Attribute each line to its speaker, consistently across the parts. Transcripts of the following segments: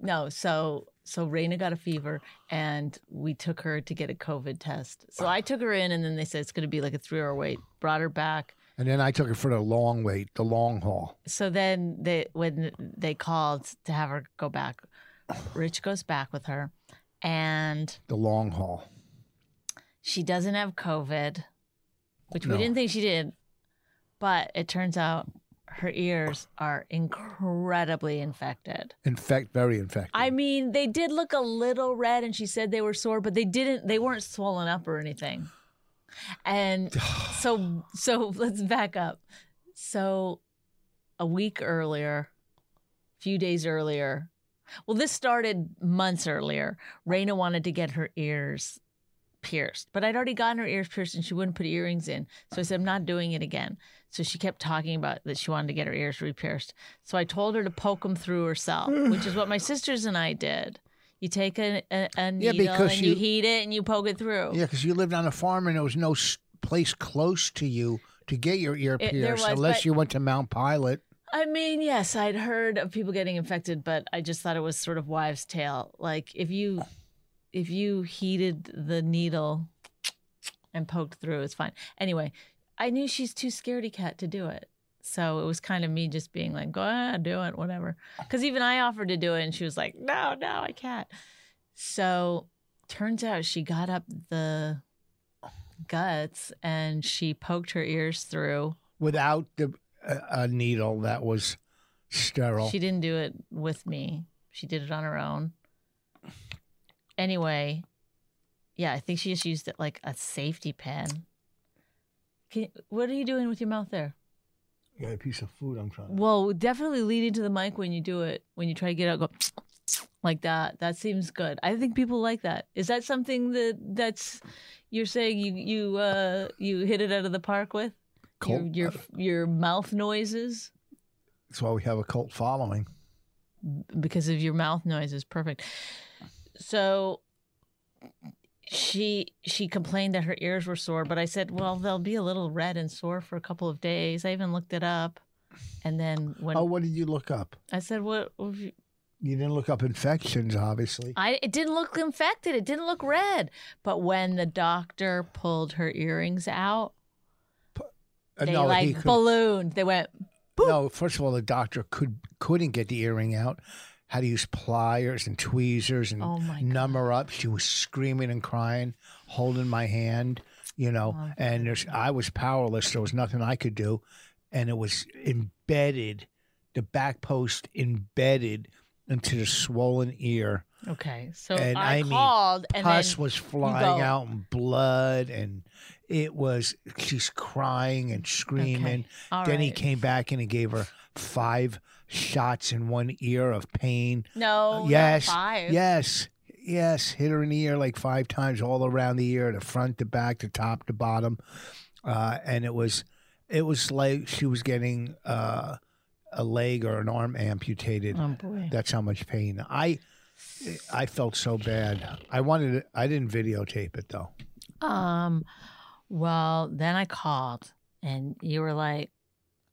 Speaker 1: no, so so Raina got a fever and we took her to get a COVID test. So I took her in, and then they said it's going to be like a three hour wait. Brought her back.
Speaker 2: And then I took it for the long wait, the long haul.
Speaker 1: so then they when they called to have her go back rich goes back with her and
Speaker 2: The long haul.
Speaker 1: she doesn't have covid which
Speaker 2: No.
Speaker 1: we didn't think she did but it turns out her ears are incredibly infected
Speaker 2: Infect, very infected.
Speaker 1: i mean they did look a little red and she said they were sore but they didn't they weren't swollen up or anything and so so let's back up so a week earlier few days earlier Well, this started months earlier. Raina wanted to get her ears pierced, but I'd already gotten her ears pierced and she wouldn't put earrings in. So I said, I'm not doing it again. So she kept talking about that she wanted to get her ears repierced. So I told her to poke them through herself, which is what my sisters and I did. You take a, a, a needle
Speaker 2: because
Speaker 1: and you,
Speaker 2: you-
Speaker 1: heat it and you poke it through.
Speaker 2: Yeah, because you lived on a farm and there was no s- place close to you to get your ear
Speaker 1: It- there
Speaker 2: pierced
Speaker 1: was,
Speaker 2: unless
Speaker 1: but-
Speaker 2: you went to Mount Pilot.
Speaker 1: I mean, yes, I'd heard of people getting infected, but I just thought it was sort of wives' tale. Like if you if you heated the needle and poked through, it's fine. Anyway, I knew she's too scaredy cat to do it. So it was kind of me just being like, go ahead, do it, whatever. Because even I offered to do it and she was like, no, no, I can't. So turns out she got up the guts and she poked her ears through.
Speaker 2: without the a, a needle that was sterile.
Speaker 1: She didn't do it with me. She did it on her own. Anyway, yeah, I think she just used it like a safety pin. Can, what are you doing with your mouth there?
Speaker 2: got a piece of food. I'm trying.
Speaker 1: Well, definitely lean into the mic when you do it. When you try to get out, go like that. That seems good. I think people like that. Is that something that that's you're saying you you uh you hit it out of the park with your
Speaker 2: Cult- uh,
Speaker 1: your your mouth noises?
Speaker 2: That's why we have a cult following.
Speaker 1: because of your mouth noise is perfect. So she she complained that her ears were sore, but I said, "Well, they'll be a little red and sore for a couple of days." I even looked it up, and then when
Speaker 2: oh, what did you look up?
Speaker 1: I said, "What?" what have you-
Speaker 2: You didn't look up infections, obviously.
Speaker 1: I it didn't look infected. It didn't look red. But when the doctor pulled her earrings out,
Speaker 2: Uh,
Speaker 1: they
Speaker 2: no, he
Speaker 1: like
Speaker 2: could,
Speaker 1: ballooned. They went boop.
Speaker 2: no. First of all, the doctor could couldn't get the earring out. Had to use pliers and tweezers and
Speaker 1: Oh, my God.
Speaker 2: numb her up. She was screaming and crying, holding my hand. You know,
Speaker 1: Oh,
Speaker 2: and there's, I was powerless. There was nothing I could do, and it was embedded. The back post embedded into the swollen ear.
Speaker 1: Okay, so
Speaker 2: And
Speaker 1: I,
Speaker 2: I mean,
Speaker 1: called, and then
Speaker 2: pus was flying
Speaker 1: go-
Speaker 2: out and blood and it was she's crying and screaming
Speaker 1: Okay, all
Speaker 2: then he
Speaker 1: right.
Speaker 2: came back and he gave her five shots in one ear of pain
Speaker 1: No, not
Speaker 2: yes
Speaker 1: five.
Speaker 2: yes yes hit her in the ear like five times all around the ear the front the back the top the bottom uh, and it was it was like she was getting uh, a leg or an arm amputated
Speaker 1: Oh boy.
Speaker 2: that's how much pain I I felt so bad. I wanted to, I didn't videotape it though.
Speaker 1: Um, well, then I called and you were like,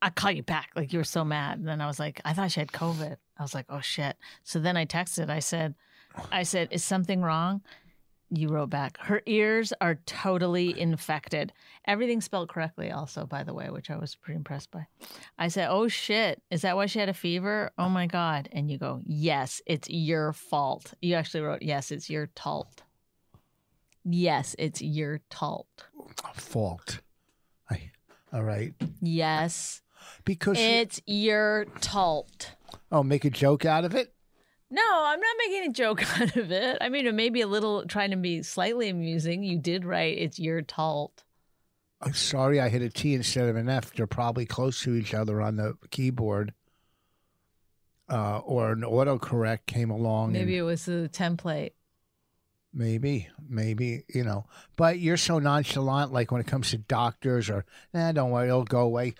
Speaker 1: I call you back. Like you were so mad. And then I was like, I thought she had COVID. I was like, oh shit. So then I texted. I said, I said, is something wrong? You wrote back. Her ears are totally infected. Everything spelled correctly, also, by the way, which I was pretty impressed by. I said, Oh shit, is that why she had a fever? Oh my God. And you go, Yes, it's your fault. You actually wrote, Yes, it's your fault. Yes, it's your fault.
Speaker 2: Fault. I, all right.
Speaker 1: Yes,
Speaker 2: Because
Speaker 1: it's your fault.
Speaker 2: oh, make a joke out of it.
Speaker 1: No, I'm not making a joke out of it. I mean, it may be a little trying to be slightly amusing. You did write, It's your fault.
Speaker 2: I'm sorry, I hit a T instead of an F. They're probably close to each other on the keyboard. Uh, or an autocorrect came along. and-
Speaker 1: Maybe it was the template.
Speaker 2: Maybe, maybe, you know. But you're so nonchalant, like when it comes to doctors or, nah, don't worry, it'll go away.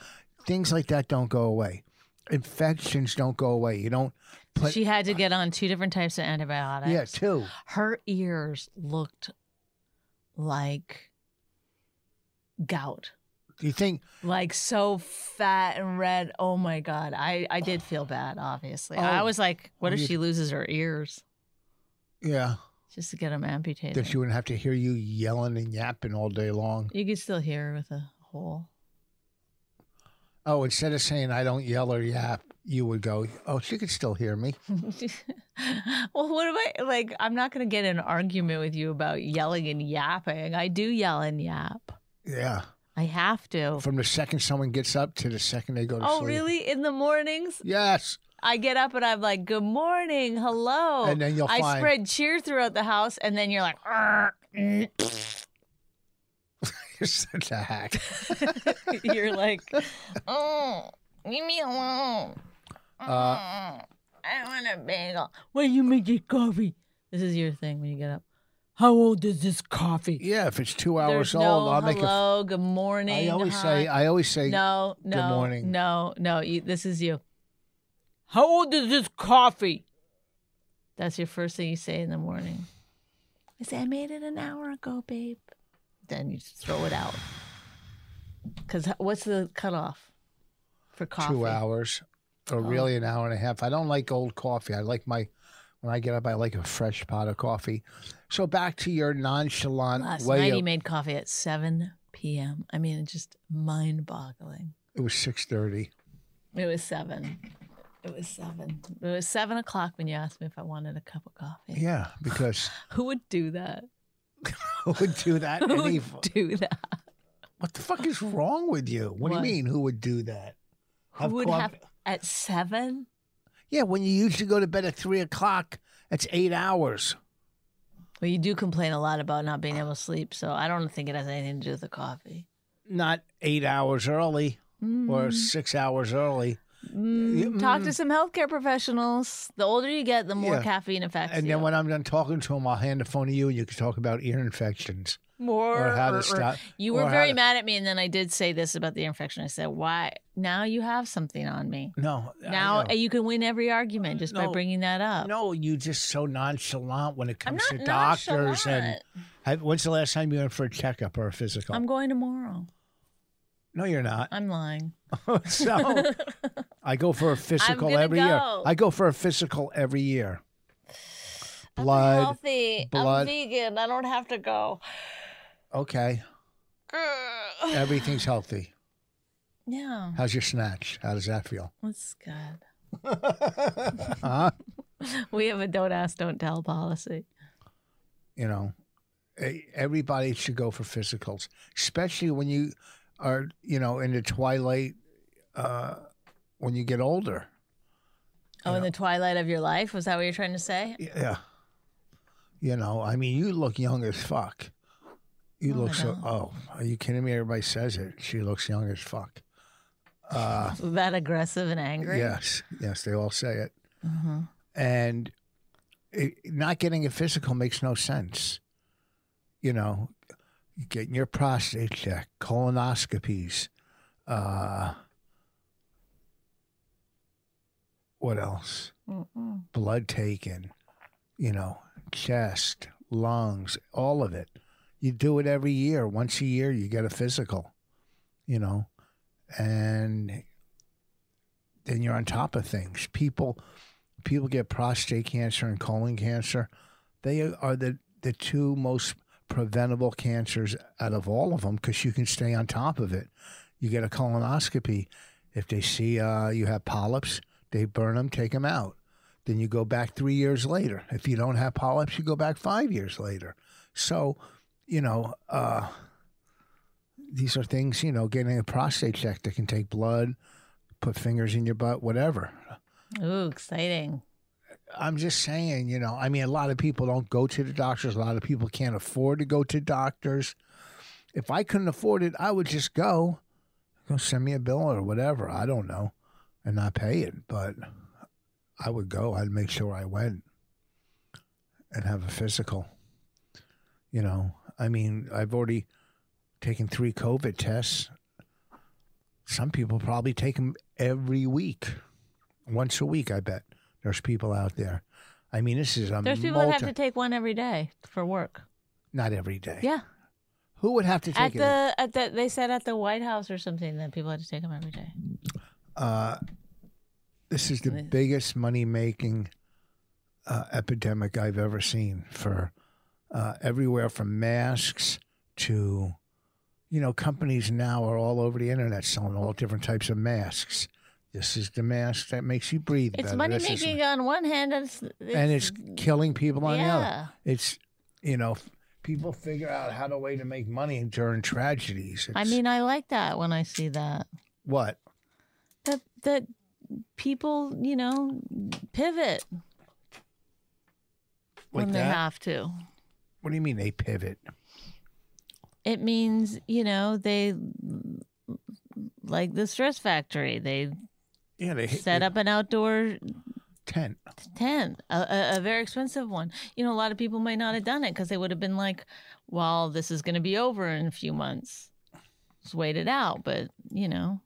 Speaker 2: Things like that don't go away. Infections don't go away. You don't put,
Speaker 1: she had to get on two different types of antibiotics.
Speaker 2: yeah, too.
Speaker 1: her ears looked like gout
Speaker 2: Do you think,
Speaker 1: like so fat and red oh my god i i did feel bad obviously i
Speaker 2: Oh.
Speaker 1: was like what if
Speaker 2: You-
Speaker 1: she loses her ears
Speaker 2: yeah,
Speaker 1: just to get them amputated
Speaker 2: that you wouldn't have to hear you yelling and yapping all day long?
Speaker 1: you could still hear her with a hole
Speaker 2: Oh, instead of saying, I don't yell or yap, you would go, oh, she could still hear me.
Speaker 1: well what am i like i'm not gonna get in an argument with you about yelling and yapping i do yell and yap
Speaker 2: Yeah.
Speaker 1: i have to
Speaker 2: From the second someone gets up to the second they go to
Speaker 1: oh
Speaker 2: sleep.
Speaker 1: really in the mornings
Speaker 2: Yes.
Speaker 1: I get up and I'm like, "Good morning, hello."
Speaker 2: And then you'll
Speaker 1: Oh, I
Speaker 2: find-
Speaker 1: spread cheer throughout the house, and then you're like, "Arr, mm."
Speaker 2: You're such a hack.
Speaker 1: you're like, "Oh, leave me alone."
Speaker 2: Uh,
Speaker 1: I want a bagel. Why you make your coffee? This is your thing when you get up. How old is this coffee?
Speaker 2: Yeah, if it's two hours
Speaker 1: There's no
Speaker 2: old, I'll make it. I
Speaker 1: hello, good morning.
Speaker 2: always
Speaker 1: hi.
Speaker 2: say. I always say.
Speaker 1: no, no,
Speaker 2: morning.
Speaker 1: no, no. You, this is you. How old is this coffee? That's your first thing you say in the morning. I say I made it an hour ago, babe. Then you just throw it out. Cause h- what's the cutoff for coffee? Oh.
Speaker 2: two hours or really an hour and a half. I don't like old coffee. I like my when I get up, I like a fresh pot of coffee. So back to your nonchalant
Speaker 1: Last
Speaker 2: way.
Speaker 1: night he
Speaker 2: of-
Speaker 1: made coffee at 7 p.m. I mean, it's just mind boggling.
Speaker 2: it was six thirty.
Speaker 1: It was 7. It was 7. It was 7 o'clock when you asked me if I wanted a cup of coffee.
Speaker 2: Yeah, because
Speaker 1: Who would do that?
Speaker 2: who would do that?
Speaker 1: Who
Speaker 2: Any,
Speaker 1: would do that?
Speaker 2: what the fuck is wrong with you? What,
Speaker 1: What?
Speaker 2: do you mean? Who would do that?
Speaker 1: Who
Speaker 2: Have
Speaker 1: would
Speaker 2: coffee-
Speaker 1: have at 7?
Speaker 2: Yeah, when you usually go to bed at three o'clock, that's eight hours.
Speaker 1: Well, you do complain a lot about not being able to sleep, so I don't think it has anything to do with the coffee.
Speaker 2: Not eight hours early
Speaker 1: Mm-hmm.
Speaker 2: or six hours early.
Speaker 1: Mm, Talk to some healthcare professionals. The older you get, the more
Speaker 2: Yeah.
Speaker 1: caffeine affects
Speaker 2: And
Speaker 1: you.
Speaker 2: then when I'm done talking to him, I'll hand the phone to you and you can talk about ear infections.
Speaker 1: more
Speaker 2: or how to stop-
Speaker 1: You
Speaker 2: or
Speaker 1: were
Speaker 2: how
Speaker 1: very
Speaker 2: to-
Speaker 1: mad at me, and then I did say this about the infection. I said, "Why now you have something on me?
Speaker 2: No. I
Speaker 1: Now
Speaker 2: know.
Speaker 1: you can win every argument just by
Speaker 2: No.
Speaker 1: bringing that up."
Speaker 2: No, you just so nonchalant when it
Speaker 1: I'm
Speaker 2: comes
Speaker 1: not
Speaker 2: to doctors. And
Speaker 1: nonchalant.
Speaker 2: have, when's the last time you went for a checkup or a physical?
Speaker 1: I'm going tomorrow.
Speaker 2: no, you're not.
Speaker 1: I'm lying.
Speaker 2: so I go for a physical
Speaker 1: gonna
Speaker 2: every year.
Speaker 1: go.
Speaker 2: I go for a physical every year.
Speaker 1: I'm
Speaker 2: Blood.
Speaker 1: healthy.
Speaker 2: blood.
Speaker 1: I'm vegan. I don't have to go.
Speaker 2: Okay,
Speaker 1: Grr.
Speaker 2: everything's healthy.
Speaker 1: Yeah,
Speaker 2: How's your snatch? How does that feel?
Speaker 1: that's good.
Speaker 2: Huh?
Speaker 1: We have a don't ask, don't tell policy.
Speaker 2: you know, e- everybody should go for physicals, especially when you are, you know, in the twilight uh, when you get older.
Speaker 1: Oh, in the twilight of your life, was that what you're trying to say?
Speaker 2: Yeah. You know, I mean, you look young as fuck. You
Speaker 1: No, I
Speaker 2: look so.
Speaker 1: don't.
Speaker 2: Oh, are you kidding me? Everybody says it. She looks young as fuck. Uh,
Speaker 1: That aggressive and angry.
Speaker 2: yes, yes, they all say it.
Speaker 1: Mhm.
Speaker 2: And it, not getting a physical makes no sense. You know, getting your prostate checked, colonoscopies. Uh, what else?
Speaker 1: Mm-mm.
Speaker 2: blood taken, you know, chest, lungs, all of it. You do it every year. Once a year, you get a physical, you know, and then you're on top of things. People, people get prostate cancer and colon cancer. They are the the two most preventable cancers out of all of them because you can stay on top of it. You get a colonoscopy. If they see uh, you have polyps, they burn them, take them out. Then you go back three years later. If you don't have polyps, you go back five years later. So, you know, uh, these are things, you know, getting a prostate check that can take blood, put fingers in your butt, whatever.
Speaker 1: Ooh, exciting.
Speaker 2: I'm just saying, you know, I mean, a lot of people don't go to the doctors. A lot of people can't afford to go to doctors. If I couldn't afford it, I would just go, go send me a bill or whatever. I don't know, and not pay it. But I would go. I'd make sure I went and have a physical. You know, I mean, I've already taken three COVID tests. Some people probably take them every week, once a week. I bet there's people out there. I mean, this is a
Speaker 1: There's people that
Speaker 2: multi-
Speaker 1: have to take one every day for work.
Speaker 2: not every day.
Speaker 1: Yeah,
Speaker 2: Who would have to
Speaker 1: at
Speaker 2: take it?
Speaker 1: the at the they said at the White House or something that people had to take them every day.
Speaker 2: uh, this is the biggest money making uh, epidemic I've ever seen for uh, everywhere from masks to, you know, companies now are all over the internet selling all different types of masks. This is the mask that makes you breathe
Speaker 1: It's
Speaker 2: better.
Speaker 1: money
Speaker 2: This is-
Speaker 1: making on one hand, and it's,
Speaker 2: and it's killing people on the
Speaker 1: Yeah.
Speaker 2: other. It's, you know, f- people figure out how to way to make money during tragedies.
Speaker 1: I
Speaker 2: It's-
Speaker 1: mean, I like that when I see that
Speaker 2: what?
Speaker 1: that that people you know pivot
Speaker 2: Like
Speaker 1: when
Speaker 2: that?
Speaker 1: they have to.
Speaker 2: What do you mean they pivot?
Speaker 1: It means you know they like the Stress Factory. They
Speaker 2: Yeah, they
Speaker 1: set up an outdoor
Speaker 2: tent.
Speaker 1: tent, a, a, a very expensive one. You know, a lot of people might not have done it because they would have been like, "Well, this is going to be over in a few months. Just wait it out." But you know,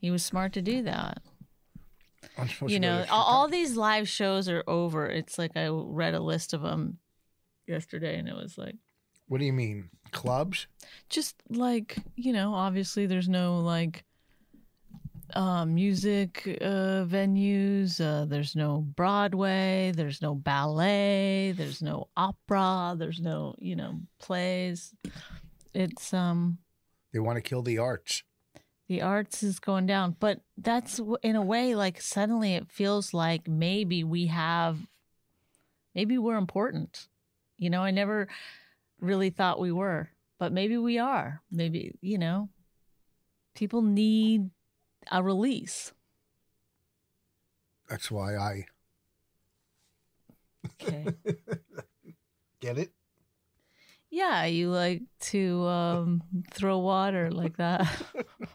Speaker 1: he was smart to do that.
Speaker 2: I'm supposed
Speaker 1: you
Speaker 2: to go
Speaker 1: know,
Speaker 2: to
Speaker 1: all,
Speaker 2: Chicago.
Speaker 1: all these live shows are over. It's like I read a list of them yesterday, and it was like
Speaker 2: What do you mean? Clubs?
Speaker 1: just like you know obviously there's no like uh, music uh, venues uh, there's no broadway there's no ballet there's no opera there's no you know plays it's um
Speaker 2: They want to kill the arts.
Speaker 1: the arts is going down but that's w- in a way like suddenly it feels like maybe we have maybe we're important you know i never really thought we were but maybe we are maybe you know people need a release
Speaker 2: That's why I
Speaker 1: okay
Speaker 2: get it.
Speaker 1: yeah you like to um throw water like that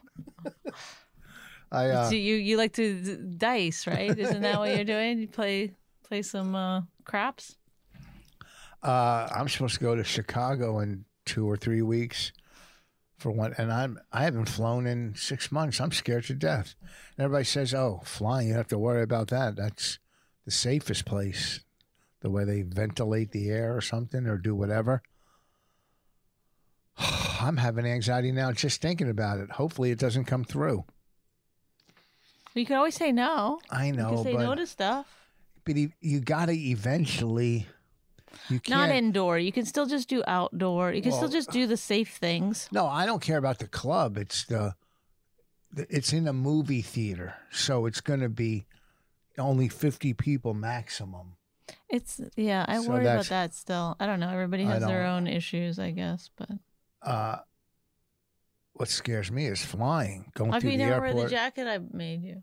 Speaker 2: I uh,
Speaker 1: so you you like to d- dice right isn't that what you're doing you play play some uh craps
Speaker 2: uh, I'm supposed to go to Chicago in two or three weeks for one, and I'm I haven't flown in six months. I'm scared to death. And everybody says, "Oh, flying, you don't have to worry about that. That's the safest place." The way they ventilate the air or something, or do whatever. I'm having anxiety now just thinking about it. Hopefully, it doesn't come through.
Speaker 1: you can always say no
Speaker 2: I know,
Speaker 1: you can say
Speaker 2: but
Speaker 1: no to stuff.
Speaker 2: but you, you got to eventually. You can't.
Speaker 1: Not indoor. You can still just do outdoor. You can
Speaker 2: Well-
Speaker 1: still just do the safe things.
Speaker 2: no, I don't care about the club. It's the, the it's in a movie theater, so it's going to be only fifty people maximum.
Speaker 1: It's yeah. I
Speaker 2: So
Speaker 1: worry about
Speaker 2: that's-
Speaker 1: that still. I don't know. Everybody
Speaker 2: I
Speaker 1: has their
Speaker 2: don't-
Speaker 1: own issues, I guess. But
Speaker 2: Uh, what scares me is flying going
Speaker 1: how
Speaker 2: through
Speaker 1: come you
Speaker 2: the
Speaker 1: never wear
Speaker 2: airport.
Speaker 1: the jacket I made you?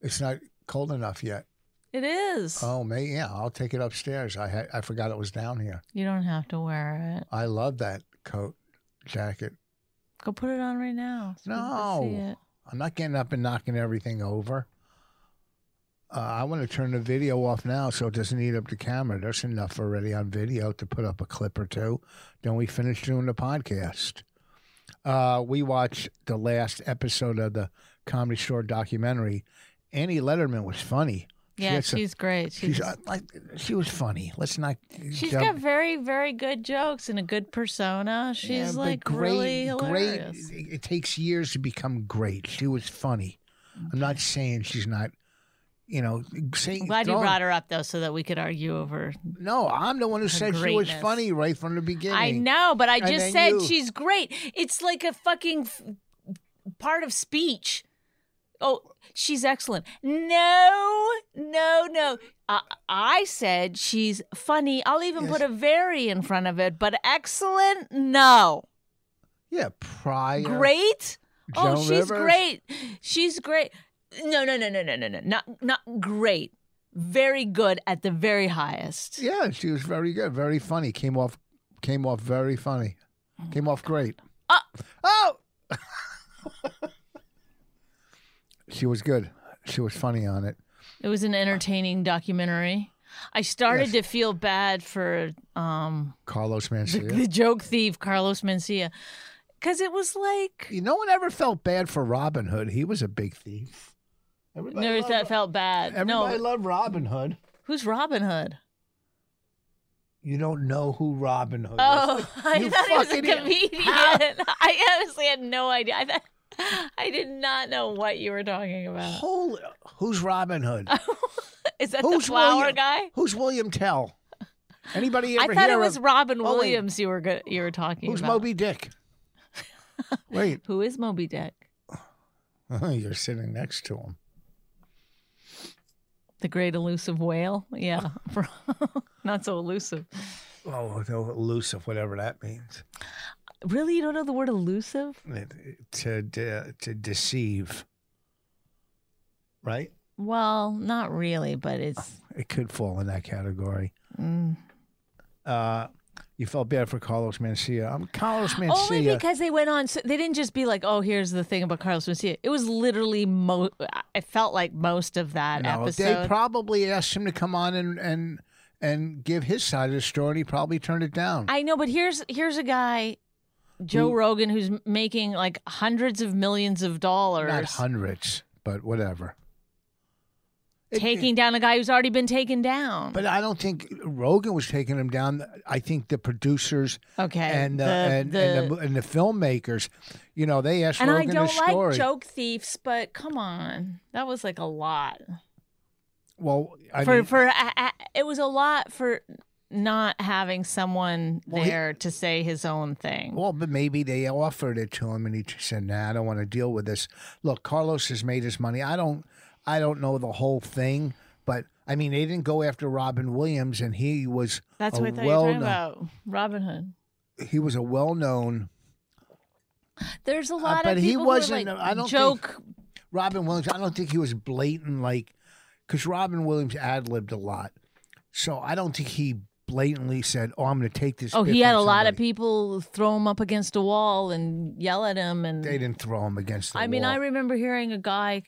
Speaker 2: it's not cold enough yet.
Speaker 1: It is.
Speaker 2: Oh, may yeah, I'll take it upstairs. I had, I forgot it was down here.
Speaker 1: You don't have to wear it.
Speaker 2: I love that coat jacket.
Speaker 1: Go put it on right now. so people
Speaker 2: No.
Speaker 1: can see it.
Speaker 2: I'm not getting up and knocking everything over. Uh, I want to turn the video off now so it doesn't eat up the camera. There's enough already on video to put up a clip or two. Then we finish doing the podcast. Uh, we watched the last episode of the Comedy Store documentary. Annie Letterman was funny.
Speaker 1: Yeah,
Speaker 2: has a-
Speaker 1: she's great. She's
Speaker 2: She's uh, like she was funny. Let's not.
Speaker 1: she's
Speaker 2: jump-
Speaker 1: got very very good jokes and a good persona. She's
Speaker 2: Yeah, but
Speaker 1: like really hilarious.
Speaker 2: Great. It takes years to become great. She was funny. I'm not saying she's not. You know, saying.
Speaker 1: I'm glad you
Speaker 2: throwing-
Speaker 1: brought her up though, so that we could argue over
Speaker 2: No, I'm the one who said she was
Speaker 1: greatness.
Speaker 2: funny right from the beginning.
Speaker 1: I know, but I
Speaker 2: And
Speaker 1: just
Speaker 2: then
Speaker 1: said
Speaker 2: you.
Speaker 1: she's great. It's like a fucking f- part of speech. Oh, she's excellent. No, no, no. I, I said she's funny. I'll even
Speaker 2: Yes.
Speaker 1: put a very in front of it, but excellent? No.
Speaker 2: Yeah, prior.
Speaker 1: Great? oh,
Speaker 2: Joan
Speaker 1: she's
Speaker 2: Rivers.
Speaker 1: great. She's great. No, no, no, no, no, no, no. Not not great. Very good at the very highest.
Speaker 2: Yeah, she was very good, very funny. Came off, came off very funny.
Speaker 1: Oh
Speaker 2: Came off great.
Speaker 1: Ah.
Speaker 2: Oh. she was good. She was funny on it.
Speaker 1: It was an entertaining documentary. I
Speaker 2: Yes.
Speaker 1: started to feel bad for um,
Speaker 2: Carlos
Speaker 1: the,
Speaker 2: Mencia.
Speaker 1: the joke thief Carlos Mencia because it was like
Speaker 2: You- No one ever felt bad for Robin Hood. He was a big thief. Everybody
Speaker 1: never
Speaker 2: loved,
Speaker 1: that felt bad. No,
Speaker 2: everybody loved Robin Hood.
Speaker 1: who's Robin Hood?
Speaker 2: You don't know who Robin Hood is.
Speaker 1: Oh, I
Speaker 2: You
Speaker 1: thought he was a
Speaker 2: fucking idiot.
Speaker 1: comedian.
Speaker 2: How-
Speaker 1: I honestly had no idea. I thought I did not know what you were talking about.
Speaker 2: Holy, who's Robin Hood?
Speaker 1: Is that
Speaker 2: Who's
Speaker 1: the flower
Speaker 2: William?
Speaker 1: guy?
Speaker 2: who's William Tell? Anybody
Speaker 1: I
Speaker 2: ever
Speaker 1: thought
Speaker 2: hear
Speaker 1: it was
Speaker 2: of
Speaker 1: Robin
Speaker 2: Oh, wait.
Speaker 1: Williams. You were good. You were talking
Speaker 2: who's
Speaker 1: about.
Speaker 2: Moby Dick? Wait,
Speaker 1: Who is Moby Dick?
Speaker 2: you're sitting next to him.
Speaker 1: The great elusive whale. Yeah. Not so elusive.
Speaker 2: Oh, no, elusive, whatever that means.
Speaker 1: Really? You don't know the word elusive?
Speaker 2: To de- to deceive, right?
Speaker 1: Well, not really, but it's.
Speaker 2: It could fall in that category.
Speaker 1: Mm.
Speaker 2: Uh, You felt bad for Carlos Mencia. I'm Carlos
Speaker 1: Oh,
Speaker 2: Mencia.
Speaker 1: Only because they went on. So they didn't just be like, "Oh, here's the thing about Carlos Mencia." It was literally mo. I felt like most of that
Speaker 2: No,
Speaker 1: episode.
Speaker 2: They probably asked him to come on and and and give his side of the story, and he probably turned it down.
Speaker 1: I know, but here's here's a guy, Joe Rogan, who's making like hundreds of millions of
Speaker 2: Not
Speaker 1: dollars
Speaker 2: hundreds, but whatever. It-
Speaker 1: taking down a guy who's already been taken down.
Speaker 2: But I don't think Rogan was taking him down. I think the producers
Speaker 1: okay,
Speaker 2: and, uh,
Speaker 1: the-
Speaker 2: and, and, the, and the filmmakers, you know, they asked
Speaker 1: and I
Speaker 2: Rogan
Speaker 1: don't
Speaker 2: his
Speaker 1: like
Speaker 2: story.
Speaker 1: joke thieves, but come on, that was like a lot
Speaker 2: well, I
Speaker 1: for
Speaker 2: mean,
Speaker 1: for I, I, it was a lot for not having someone
Speaker 2: Well, he-
Speaker 1: there to say his own thing.
Speaker 2: Well, but maybe they offered it to him, and he just said, "Nah, I don't want to deal with this." Look, Carlos has made his money. I don't, I don't know the whole thing, but I mean, they didn't go after Robin Williams, and he was
Speaker 1: That's
Speaker 2: a
Speaker 1: what I thought you were
Speaker 2: uh, well
Speaker 1: talking about Robin Hood.
Speaker 2: he was a well-known
Speaker 1: There's a lot
Speaker 2: Uh, but
Speaker 1: of
Speaker 2: he
Speaker 1: people
Speaker 2: wasn't-
Speaker 1: who are like
Speaker 2: I don't think-
Speaker 1: joke
Speaker 2: Robin Williams. I don't think he was blatant like, because Robin Williams ad libbed a lot, so I don't think he blatantly said, "Oh, I'm going to take this."
Speaker 1: Oh,
Speaker 2: bit
Speaker 1: he had
Speaker 2: from
Speaker 1: a lot of
Speaker 2: somebody."
Speaker 1: people throw him up against a wall and yell at him. And
Speaker 2: They didn't throw him against the
Speaker 1: I mean,
Speaker 2: wall.
Speaker 1: I remember hearing a guy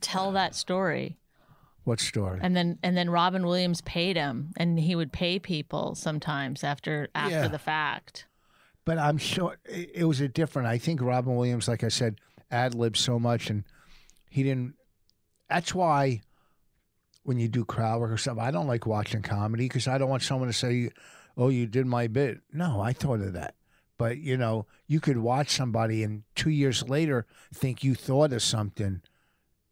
Speaker 1: tell that story,
Speaker 2: what story?
Speaker 1: and then and then Robin Williams paid him, and he would pay people sometimes after after
Speaker 2: Yeah.
Speaker 1: the fact.
Speaker 2: but I'm sure it, it was a different. I think Robin Williams, like I said, ad libbed so much, and he didn't. That's why when you do crowd work or something, I don't like watching comedy because I don't want someone to say, "Oh, you did my bit." No, I thought of that. But you know, you could watch somebody and two years later think you thought of something.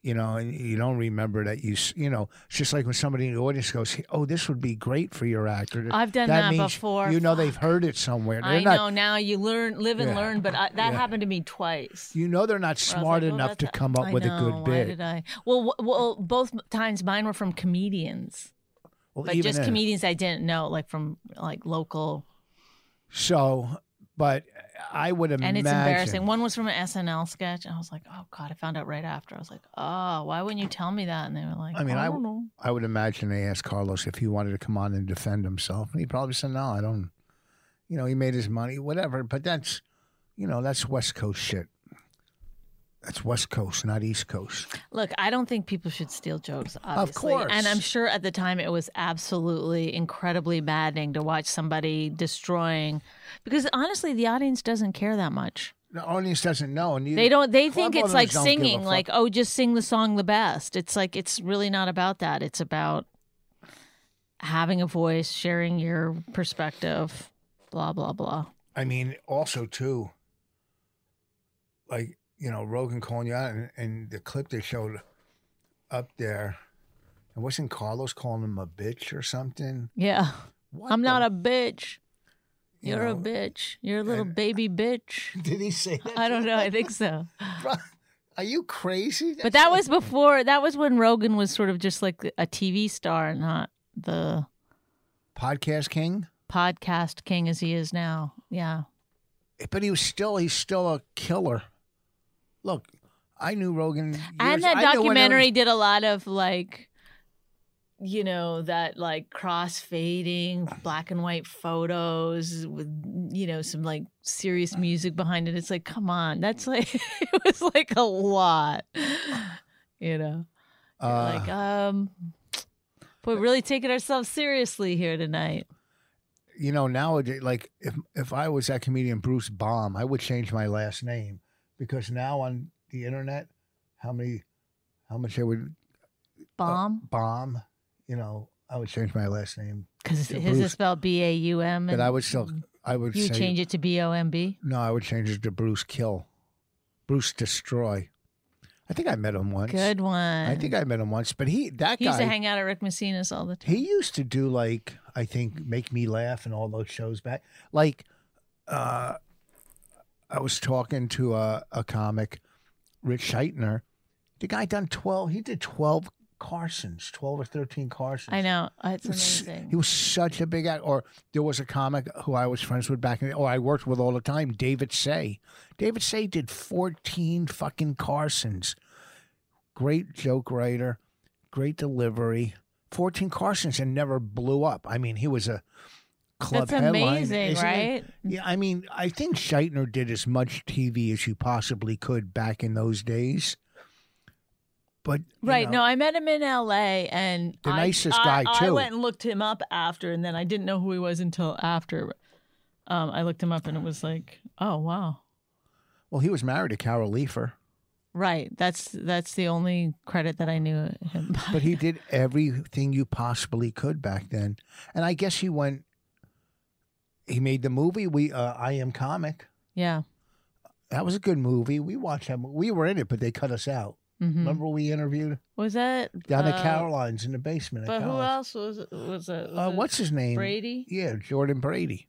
Speaker 2: You know, and you don't remember that you, s- you know, it's just like when somebody in the audience goes, "Oh, this would be great for your actor."
Speaker 1: I've done that
Speaker 2: means
Speaker 1: before.
Speaker 2: You know, they've heard it somewhere. They're
Speaker 1: I
Speaker 2: not,
Speaker 1: know now you learn, live and
Speaker 2: Yeah.
Speaker 1: learn, but I,
Speaker 2: Yeah.
Speaker 1: that happened to me twice.
Speaker 2: You know they're not
Speaker 1: where I was
Speaker 2: smart
Speaker 1: like, "Oh,
Speaker 2: enough to
Speaker 1: that's
Speaker 2: come up
Speaker 1: I
Speaker 2: with
Speaker 1: know,
Speaker 2: a good
Speaker 1: Why
Speaker 2: bit.
Speaker 1: did I? Well, wh- well, both times mine were from comedians,
Speaker 2: Well,
Speaker 1: but
Speaker 2: even
Speaker 1: just
Speaker 2: then.
Speaker 1: comedians I didn't know, like from like local.
Speaker 2: So, but I would imagine.
Speaker 1: And it's embarrassing. One was from an SNL sketch, and I was like, "Oh God!" I found out right after. I was like, "Oh, why wouldn't you tell me that?" And they were like,
Speaker 2: I mean, I-
Speaker 1: don't know."
Speaker 2: I would imagine they asked Carlos if he wanted to come on and defend himself, and he probably said, "No, I don't." You know, he made his money, whatever. But that's, you know, that's West Coast shit. That's West Coast, not East Coast.
Speaker 1: Look, I don't think people should steal jokes, obviously.
Speaker 2: course.
Speaker 1: And I'm sure at the time it was absolutely incredibly maddening to watch somebody destroying, because honestly, the audience doesn't care that much.
Speaker 2: The audience doesn't know, and you,
Speaker 1: They don't. They
Speaker 2: club
Speaker 1: think it's
Speaker 2: owners
Speaker 1: like
Speaker 2: don't give a
Speaker 1: singing,
Speaker 2: fuck.
Speaker 1: like, "Oh, just sing the song the best." It's like it's really not about that. It's about having a voice, sharing your perspective, blah blah blah.
Speaker 2: I mean, also too, like you know, Rogan calling you out, and, and the clip they showed up there, and wasn't Carlos calling him a bitch or something?
Speaker 1: Yeah.
Speaker 2: What
Speaker 1: I'm
Speaker 2: the-
Speaker 1: not a bitch.
Speaker 2: you
Speaker 1: You're a
Speaker 2: know,
Speaker 1: bitch. You're a little
Speaker 2: and-
Speaker 1: baby bitch.
Speaker 2: Did he say that?
Speaker 1: I don't know. I think so.
Speaker 2: Are you crazy?
Speaker 1: But
Speaker 2: That's
Speaker 1: that
Speaker 2: like-
Speaker 1: was before, that was when Rogan was sort of just like a TV star, not the
Speaker 2: podcast king.
Speaker 1: podcast king as he is now. Yeah.
Speaker 2: Eh, But he was still he's still a killer. Look, I knew Rogan. Years,
Speaker 1: and that
Speaker 2: I knew when every-
Speaker 1: documentary did a lot of like, you know, that like cross fading black and white photos with, you know, some like serious music behind it. It's like, come on. That's like, it was like a lot, you know. You're
Speaker 2: Uh,
Speaker 1: like, um, but really taking ourselves seriously here tonight.
Speaker 2: you know, nowadays, like if if I was that comedian Bruce Baum, I would change my last name because now on the internet, how many, how much I would Uh,
Speaker 1: Bomb,
Speaker 2: bomb, you know, I would change my last name,
Speaker 1: because
Speaker 2: yeah,
Speaker 1: his
Speaker 2: Bruce.
Speaker 1: is spelled B A U M,
Speaker 2: but
Speaker 1: and
Speaker 2: I would still, I would
Speaker 1: you
Speaker 2: say,
Speaker 1: change it to B O M B.
Speaker 2: no, I would change it to Bruce Kill, Bruce Destroy. I think I met him once.
Speaker 1: Good one.
Speaker 2: I think I met him once, but he that
Speaker 1: he
Speaker 2: guy
Speaker 1: used to hang out at Rick Messina's all the time.
Speaker 2: he used to do like I think Make Me Laugh and all those shows back. Like uh I was talking to a, a comic, Rich Scheitner. The guy done twelve he did twelve Carsons, twelve or thirteen Carsons.
Speaker 1: I know it's
Speaker 2: He was-
Speaker 1: amazing.
Speaker 2: He was such a big act. Or there was a comic who I was friends with back in, or I worked with all the time, David Say. David Say did 14 fucking Carsons. Great joke writer, great delivery. 14 Carsons and never blew up. I mean, he was a club
Speaker 1: That's
Speaker 2: headline,
Speaker 1: amazing,
Speaker 2: isn't it?
Speaker 1: right?
Speaker 2: Yeah, I mean, I think Scheitner did as much TV as you possibly could back in those days. But you
Speaker 1: Right.
Speaker 2: know,
Speaker 1: no, I met him in L.A. and
Speaker 2: The
Speaker 1: I,
Speaker 2: nicest
Speaker 1: I-
Speaker 2: guy,
Speaker 1: I
Speaker 2: too.
Speaker 1: went and looked him up after, and then I didn't know who he was until after. Um, I looked him up, and it was like, oh wow,
Speaker 2: well, he was married to Carol Leifer,
Speaker 1: right. That's that's the only credit that I knew him. By.
Speaker 2: but he did everything you possibly could back then. And I guess he went. He made the movie. We, uh, I am comic.
Speaker 1: yeah.
Speaker 2: That was a good movie. We watched that. mo- We were in it, but they cut us out.
Speaker 1: hmm
Speaker 2: Remember, Oh we interviewed
Speaker 1: Was that
Speaker 2: down
Speaker 1: uh,
Speaker 2: at Caroline's in the basement. at
Speaker 1: But who
Speaker 2: Caroline's.
Speaker 1: else was it? Was it?
Speaker 2: Uh,
Speaker 1: was it
Speaker 2: what's his name?
Speaker 1: Brady?
Speaker 2: Yeah, Jordan Brady.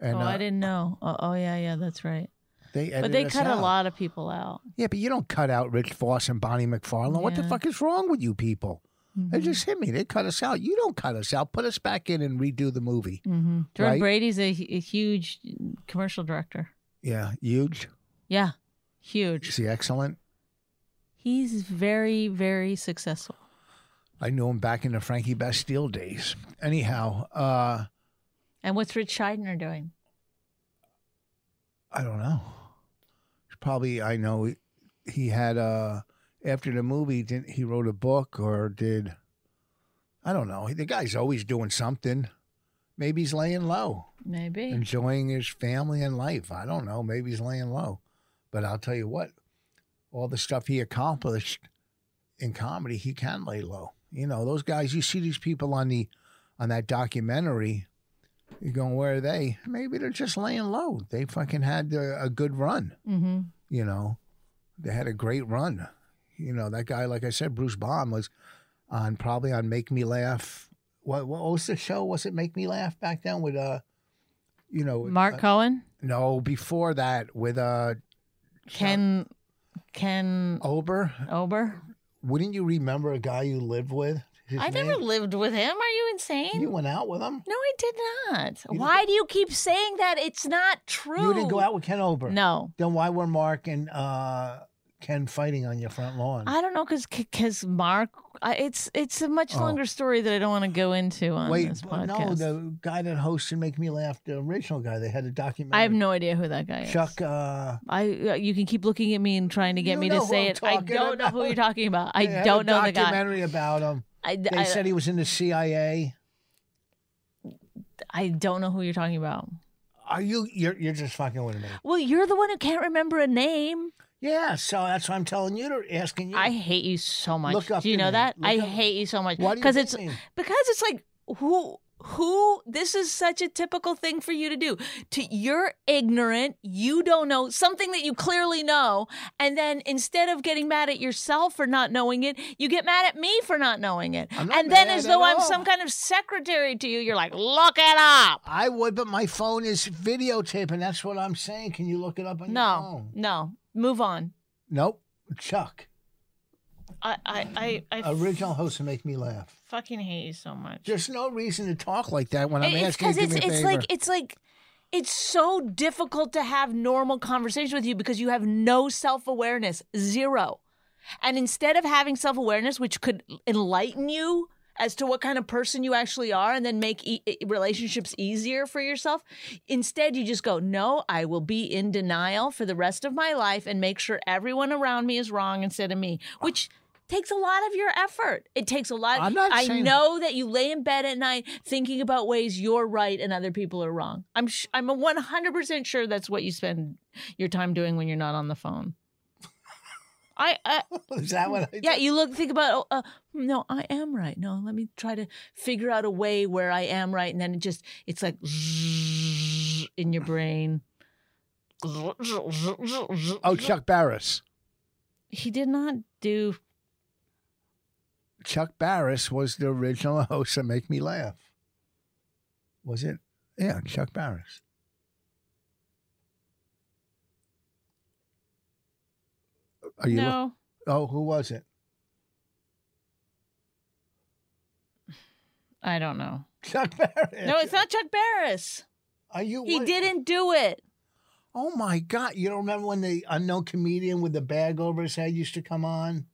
Speaker 2: And
Speaker 1: oh,
Speaker 2: uh,
Speaker 1: I didn't know. Oh, oh yeah, yeah, that's right.
Speaker 2: they
Speaker 1: But
Speaker 2: edited
Speaker 1: they
Speaker 2: us
Speaker 1: cut
Speaker 2: out.
Speaker 1: a lot of people out.
Speaker 2: Yeah, but you don't cut out Rich Voss and Bonnie McFarlane. What the
Speaker 1: Yeah.
Speaker 2: fuck is wrong with you people? They
Speaker 1: Mhm.
Speaker 2: just hit me. They cut us out. You don't cut us out. Put us back in and redo the movie.
Speaker 1: Mhm. Jordan
Speaker 2: right?
Speaker 1: Brady's a, hu- a huge commercial director.
Speaker 2: Yeah, huge.
Speaker 1: Yeah, huge.
Speaker 2: Is he excellent?
Speaker 1: He's very, very successful.
Speaker 2: I knew him back in the Frankie Bastille days. Anyhow, uh,
Speaker 1: And what's Rich Scheidner doing?
Speaker 2: I don't know. Probably I know he- he had uh after the movie didn't he wrote a book or did I don't know. The guy's always doing something. Maybe he's laying low,
Speaker 1: Maybe.
Speaker 2: enjoying his family and life. I don't know. Maybe he's laying low. But I'll tell you what, all the stuff he accomplished in comedy, he can lay low. You know, those guys you see these people on the on that documentary you're going, where are they? Maybe they're just laying low. They fucking had a, a good run,
Speaker 1: Mm-hmm.
Speaker 2: you know. They had a great run. You know, that guy, like I said, Bruce Baum was on probably on Make Me Laugh. What, what was the show? Was it Make Me Laugh back then with, uh, you know,
Speaker 1: Mark
Speaker 2: uh,
Speaker 1: Cohen,
Speaker 2: no, before that with uh,
Speaker 1: Ken, Ken
Speaker 2: Ober.
Speaker 1: Ober.
Speaker 2: Wouldn't you remember a guy you lived with? His
Speaker 1: I never
Speaker 2: name?
Speaker 1: lived with him. Are you insane?
Speaker 2: You went out with him?
Speaker 1: no, I did not.
Speaker 2: didn't-
Speaker 1: Why do you keep saying that? It's not true.
Speaker 2: You didn't go out with Ken Ober.
Speaker 1: No,
Speaker 2: Then why were Mark and uh, Ken fighting on your front lawn?
Speaker 1: I don't know because because Mark. I, it's it's a much
Speaker 2: Oh.
Speaker 1: longer story that I don't want to go into on
Speaker 2: Wait,
Speaker 1: this
Speaker 2: but
Speaker 1: podcast.
Speaker 2: no, the guy that hosted Make Me Laugh, the original guy, they had a documentary.
Speaker 1: I have no idea who that guy is.
Speaker 2: Chuck. Uh,
Speaker 1: I you can keep looking at me and trying to get
Speaker 2: You
Speaker 1: me
Speaker 2: know
Speaker 1: to
Speaker 2: who
Speaker 1: say
Speaker 2: I'm
Speaker 1: it. I
Speaker 2: talking
Speaker 1: don't know who
Speaker 2: about.
Speaker 1: you're talking about. I
Speaker 2: they had
Speaker 1: don't
Speaker 2: a
Speaker 1: know the guy.
Speaker 2: documentary about him.
Speaker 1: I,
Speaker 2: They
Speaker 1: I,
Speaker 2: said he was in the CIA.
Speaker 1: I don't know who you're talking about.
Speaker 2: Are you? You're, you're just fucking with me.
Speaker 1: Well, you're the one who can't remember a name.
Speaker 2: Yeah. So that's why I'm telling you to asking you.
Speaker 1: I hate you so much.
Speaker 2: Look up
Speaker 1: do you
Speaker 2: the
Speaker 1: know
Speaker 2: name.
Speaker 1: that?
Speaker 2: Look
Speaker 1: I
Speaker 2: up-
Speaker 1: hate you so much
Speaker 2: Why do you
Speaker 1: because it's
Speaker 2: mean?
Speaker 1: because it's like who who this is such a typical thing for you to do to you're ignorant you don't know something that you clearly know and then instead of getting mad at yourself for not knowing it you get mad at me for not knowing it
Speaker 2: I'm not
Speaker 1: and then
Speaker 2: mad
Speaker 1: as
Speaker 2: at
Speaker 1: though i'm
Speaker 2: all.
Speaker 1: some kind of secretary to you you're like look it up
Speaker 2: I would, but my phone is videotaping. That's what I'm saying. Can you look it up on your
Speaker 1: no
Speaker 2: phone?
Speaker 1: no move on
Speaker 2: Nope. Chuck,
Speaker 1: i i i, I
Speaker 2: original host to Make Me Laugh.
Speaker 1: fucking hate you so much
Speaker 2: There's no reason to talk like that when I'm
Speaker 1: it's
Speaker 2: asking you
Speaker 1: because
Speaker 2: to do
Speaker 1: it's
Speaker 2: me a
Speaker 1: it's
Speaker 2: favor.
Speaker 1: like it's like it's so difficult to have normal conversation with you because you have no self awareness, zero. And instead of having self awareness, which could enlighten you as to what kind of person you actually are and then make e- e- relationships easier for yourself, instead you just go, No, I will be in denial for the rest of my life and make sure everyone around me is wrong instead of me, which takes a lot of your effort. It takes a lot.
Speaker 2: I'm not
Speaker 1: I
Speaker 2: saying-
Speaker 1: know that you lay in bed at night thinking about ways you're right and other people are wrong. I'm sh- I'm 100% sure that's what you spend your time doing when you're not on the phone. I, I
Speaker 2: is that what I
Speaker 1: yeah, you look think about oh, uh, hmm, no, I am right. No, let me try to figure out a way where I am right and then it just it's like in your brain.
Speaker 2: Oh, Chuck Barris.
Speaker 1: He did not do
Speaker 2: Chuck Barris was the original host of Make Me Laugh. Was it? Yeah, Chuck Barris. Are you? look-
Speaker 1: no.
Speaker 2: oh, who was it?
Speaker 1: I don't know.
Speaker 2: Chuck Barris.
Speaker 1: No, it's not Chuck Barris.
Speaker 2: Are you?
Speaker 1: He
Speaker 2: what-
Speaker 1: didn't do it.
Speaker 2: Oh my God! You don't remember when the unknown comedian with the bag over his head used to come on?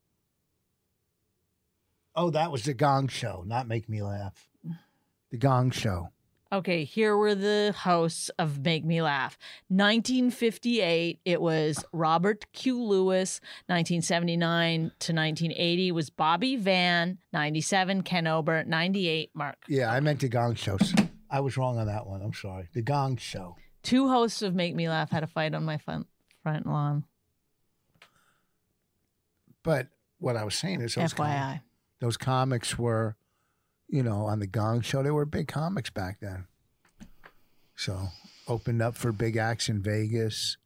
Speaker 2: Oh, that was the Gong Show, not Make Me Laugh. The Gong Show.
Speaker 1: Okay, here were the hosts of Make Me Laugh. 1958, it was Robert Q. Lewis. 1979 to 1980 was Bobby Van. 97, Ken Ober. 98, Mark.
Speaker 2: Yeah, I meant the Gong Shows. I was wrong on that one. I'm sorry. The Gong Show.
Speaker 1: Two hosts of Make Me Laugh had a fight on my front, front lawn.
Speaker 2: But what I was saying is those, com-
Speaker 1: FYI.
Speaker 2: those comics were, you know, on the Gong Show. They were big comics back then. So opened up for big acts in Vegas.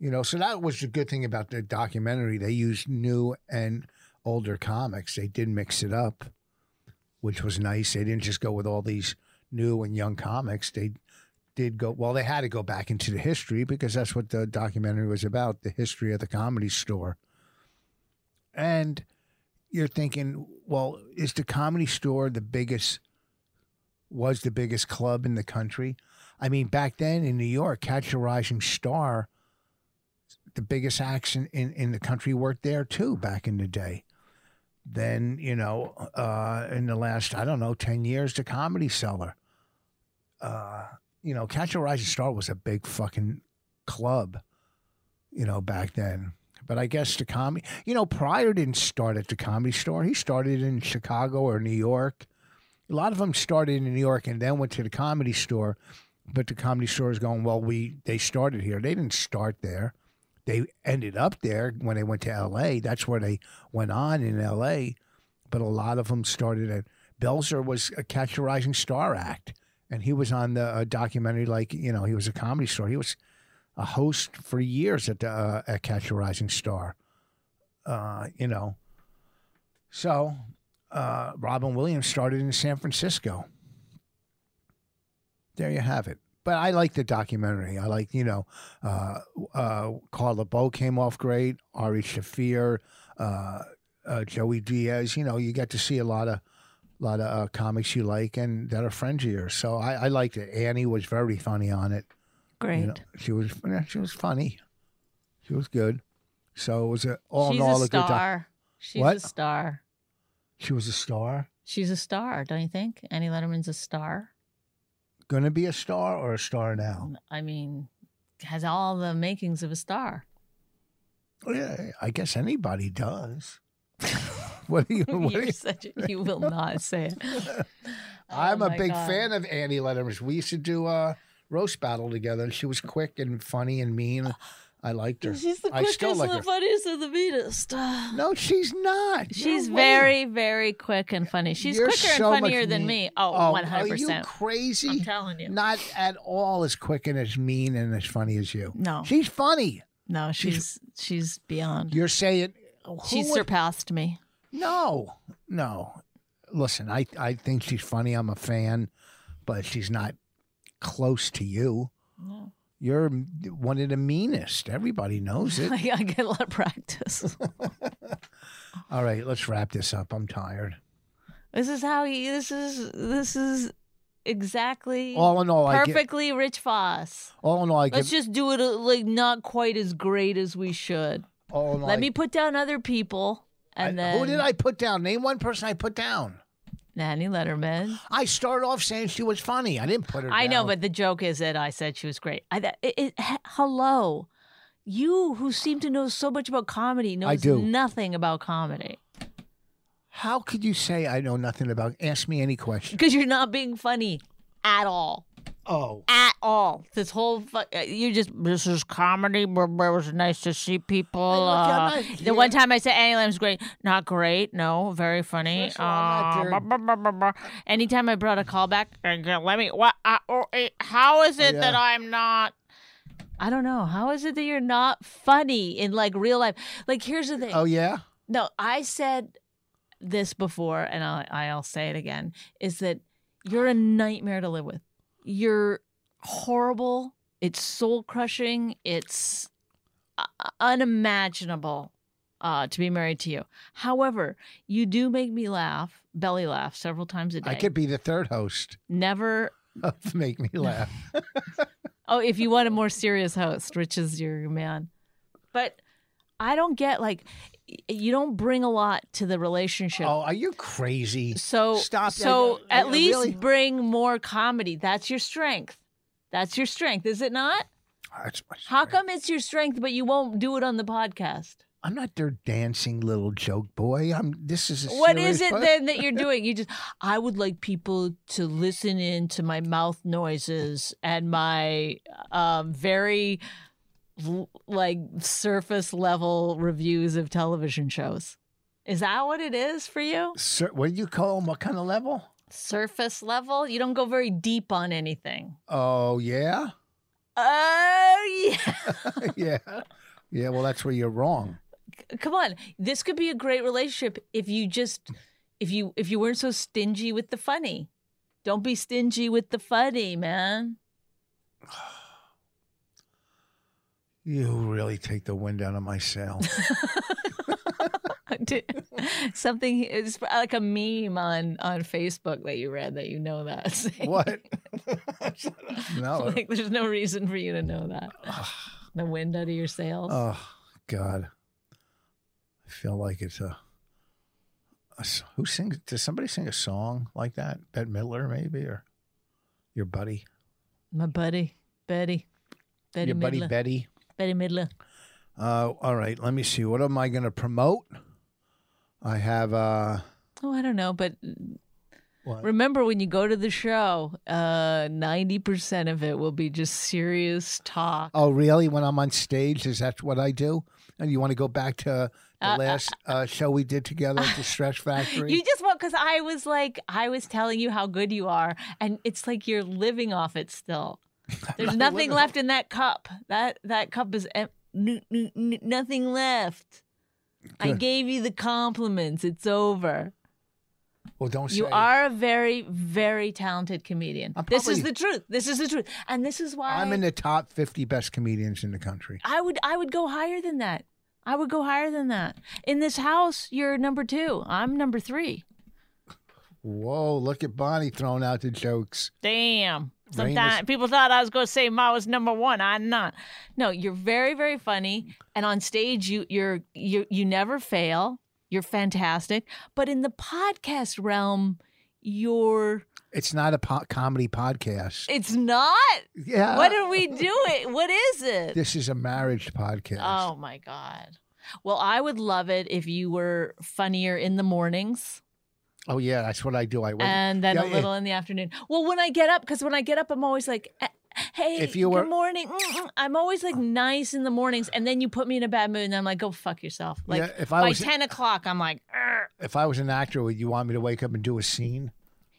Speaker 2: You know, so that was the good thing about the documentary. They used new and older comics. They did mix it up, which was nice. They didn't just go with all these new and young comics. They did go well, they had to go back into the history because that's what the documentary was about, the history of the comedy store. And you're thinking, well, is the comedy store the biggest was the biggest club in the country? I mean, back then in New York, Catch a Rising Star, the biggest acts in, in, in the country worked there too back in the day. Then, you know, uh, in the last, I don't know, 10 years, the comedy cellar. Uh, you know, Catch a Rising Star was a big fucking club, you know, back then. But I guess the comedy, you know, Pryor didn't start at the comedy store. He started in Chicago or New York. A lot of them started in New York and then went to the comedy store. But the comedy store is going, well, we they started here. They didn't start there. They ended up there when they went to L.A. That's where they went on in L.A. But a lot of them started at Belzer was a Catch a Rising Star act, and he was on the uh, documentary. Like you know, he was a comedy store. He was a host for years at the, uh, at Catch a Rising Star. Uh, you know, so uh, Robin Williams started in San Francisco. There you have it. But I like the documentary. I like, you know, uh, uh, Carl LeBeau came off great, Ari Shafir, uh, uh, Joey Diaz. You know, you get to see a lot of lot of uh, comics you like and that are friends of yours. So I, I liked it. Annie was very funny on it.
Speaker 1: Great.
Speaker 2: You know, she was yeah, she was funny. She was good. So it was a, all
Speaker 1: She's
Speaker 2: in all
Speaker 1: a
Speaker 2: a good doc-
Speaker 1: star. She's a
Speaker 2: What?
Speaker 1: star.
Speaker 2: She was a star.
Speaker 1: She's a star, don't you think? Annie Letterman's a star.
Speaker 2: Gonna be a star or a star now?
Speaker 1: I mean, has all the makings of a star.
Speaker 2: Yeah, I guess anybody does. what do you? What do
Speaker 1: You're
Speaker 2: you
Speaker 1: such a- you will not say it.
Speaker 2: I'm
Speaker 1: Oh
Speaker 2: a
Speaker 1: my
Speaker 2: big
Speaker 1: God.
Speaker 2: fan of Annie Letterman. We used to do a roast battle together. She was quick and funny and mean. I liked her.
Speaker 1: She's the
Speaker 2: I
Speaker 1: quickest
Speaker 2: still
Speaker 1: and
Speaker 2: like
Speaker 1: the
Speaker 2: her.
Speaker 1: funniest and the meanest.
Speaker 2: No, she's not.
Speaker 1: She's
Speaker 2: You're way-
Speaker 1: very, very quick and funny. She's
Speaker 2: You're
Speaker 1: quicker
Speaker 2: so
Speaker 1: and funnier
Speaker 2: much
Speaker 1: than
Speaker 2: mean-
Speaker 1: me. Oh,
Speaker 2: Are you
Speaker 1: 100%.
Speaker 2: crazy?
Speaker 1: I'm telling you.
Speaker 2: Not at all as quick and as mean and as funny as you.
Speaker 1: No.
Speaker 2: She's funny.
Speaker 1: No, she's she's beyond.
Speaker 2: You're saying who
Speaker 1: She's
Speaker 2: would-
Speaker 1: surpassed me.
Speaker 2: No, no. Listen, I I think she's funny. I'm a fan, but she's not close to you.
Speaker 1: No.
Speaker 2: You're one of the meanest. Everybody knows it.
Speaker 1: I, I get a lot of practice.
Speaker 2: All right, let's wrap this up. I'm tired.
Speaker 1: this is how he this is this is exactly
Speaker 2: All in all, Oh, I give,
Speaker 1: perfectly Rich Foss.
Speaker 2: all in all, I
Speaker 1: Let's
Speaker 2: give,
Speaker 1: just do it uh, like not quite as great as we should.
Speaker 2: all in all,
Speaker 1: Let
Speaker 2: I-
Speaker 1: me put down other people
Speaker 2: I-
Speaker 1: and then
Speaker 2: who did I put down? Name one person I put down.
Speaker 1: Nanny Letterman.
Speaker 2: I started off saying she was funny. I didn't put her.
Speaker 1: I know,
Speaker 2: down.
Speaker 1: but the joke is that I said she was great. I that- it, it, he- hello, you who seem to know so much about comedy knows
Speaker 2: I do.
Speaker 1: nothing about comedy
Speaker 2: how could you say I know nothing about? Ask me any question.
Speaker 1: because you're not being funny at all,
Speaker 2: Oh,
Speaker 1: at all. This whole fu- uh, you just this is comedy. Blah, blah, it was nice to see people.
Speaker 2: I'm
Speaker 1: uh,
Speaker 2: not
Speaker 1: the one
Speaker 2: here.
Speaker 1: time I said Annie Lamb's great, not great. No, very funny.
Speaker 2: First of all, I'm not
Speaker 1: Uh,
Speaker 2: there.
Speaker 1: blah, blah, blah, blah. Anytime I brought a call back, and uh, let me. What? Uh, oh, eh, how is it
Speaker 2: Yeah.
Speaker 1: that I'm not? I don't know. How is it that you're not funny in like real life? Like, here's the thing.
Speaker 2: oh yeah.
Speaker 1: No, I said this before, and I'll, I'll say it again: is that you're a nightmare to live with. You're horrible. It's soul crushing. It's uh, unimaginable uh, to be married to you. However, you do make me laugh, belly laugh, several times a day.
Speaker 2: I could be the third host
Speaker 1: never.
Speaker 2: of Make Me Laugh.
Speaker 1: Oh, if you want a more serious host, Rich is your man. But I don't get like y- you don't bring a lot to the relationship.
Speaker 2: Oh, are you crazy?
Speaker 1: So
Speaker 2: Stop.
Speaker 1: So
Speaker 2: I- I-
Speaker 1: at
Speaker 2: I
Speaker 1: least
Speaker 2: really-
Speaker 1: bring more comedy. That's your strength. That's your strength, is it not?
Speaker 2: That's my
Speaker 1: How
Speaker 2: strength.
Speaker 1: come it's your strength, but you won't do it on the podcast?
Speaker 2: I'm not their dancing little joke boy. I'm. This is a
Speaker 1: What is
Speaker 2: serious
Speaker 1: it
Speaker 2: pod-
Speaker 1: then that you're doing? You just, I would like people to listen in to my mouth noises and my um, very l- like surface level reviews of television shows. Is that what it is for you?
Speaker 2: Sir, what do you call him? What kind of level?
Speaker 1: Surface level? You don't go very deep on anything.
Speaker 2: Oh yeah,
Speaker 1: Oh, yeah.
Speaker 2: yeah, yeah. Well, that's where you're wrong.
Speaker 1: come on this could be a great relationship if you just if you if you weren't so stingy with the funny don't be stingy with the funny man
Speaker 2: You really take the wind out of my sail.
Speaker 1: Dude, something is like a meme on on facebook that you read that you know that saying.
Speaker 2: what? Oh. no.
Speaker 1: like there's no reason for you to know that the wind out of your sails
Speaker 2: Oh God, I feel like it's a. a s- who sings? Does somebody sing a song like that? Bette Midler, maybe, or your buddy,
Speaker 1: my buddy betty betty
Speaker 2: your
Speaker 1: midler
Speaker 2: buddy Betty.
Speaker 1: betty midler
Speaker 2: Uh, all right, let me see. What am I going to promote? I have. Uh,
Speaker 1: oh i don't know but
Speaker 2: what?
Speaker 1: Remember when you go to the show, uh, ninety percent of it will be just serious talk.
Speaker 2: Oh, really? When I'm on stage, is that what I do? And you want to go back to the
Speaker 1: Uh, uh,
Speaker 2: last uh, show we did together at the Stress Factory?
Speaker 1: You just want because I was like I was telling you how good you are, and it's like you're living off it still. There's
Speaker 2: not
Speaker 1: nothing
Speaker 2: living
Speaker 1: left in that cup. That that cup is em- n- n- n- nothing left. I
Speaker 2: Good.
Speaker 1: gave you the compliments. It's over.
Speaker 2: well, don't say.
Speaker 1: You are a very very talented comedian.
Speaker 2: I'm
Speaker 1: This is
Speaker 2: probably-
Speaker 1: the truth. This is the truth, and this is why
Speaker 2: I'm in the top 50 best comedians in the country.
Speaker 1: I would I would go higher than that. I would go higher than that. In this house, you're number two. I'm number three.
Speaker 2: Whoa! Look at Bonnie throwing out the jokes.
Speaker 1: Damn.
Speaker 2: Rain
Speaker 1: Sometimes
Speaker 2: is-
Speaker 1: people thought I was going to say I was number one. I'm not. No, you're very, very funny, and on stage you you're you you never fail. You're fantastic. But in the podcast realm, you're
Speaker 2: It's not a po- comedy podcast.
Speaker 1: it's not.
Speaker 2: yeah.
Speaker 1: What are we doing? What is it?
Speaker 2: This is a marriage podcast.
Speaker 1: Oh my god. Well, I would love it if you were funnier in the mornings.
Speaker 2: Oh, yeah, that's what I do. I wake.
Speaker 1: and then
Speaker 2: Yeah,
Speaker 1: a
Speaker 2: yeah.
Speaker 1: little in the afternoon. Well, when I get up, because when I get up, I'm always like, eh, "Hey,
Speaker 2: If you were-
Speaker 1: good morning." Mm-mm. I'm always like nice in the mornings, and then you put me in a bad mood, and I'm like, "Go fuck yourself." Like
Speaker 2: Yeah, if I
Speaker 1: by
Speaker 2: was-
Speaker 1: ten o'clock, I'm like, "Arr."
Speaker 2: if I was an actor, would you want me to wake up and do a scene?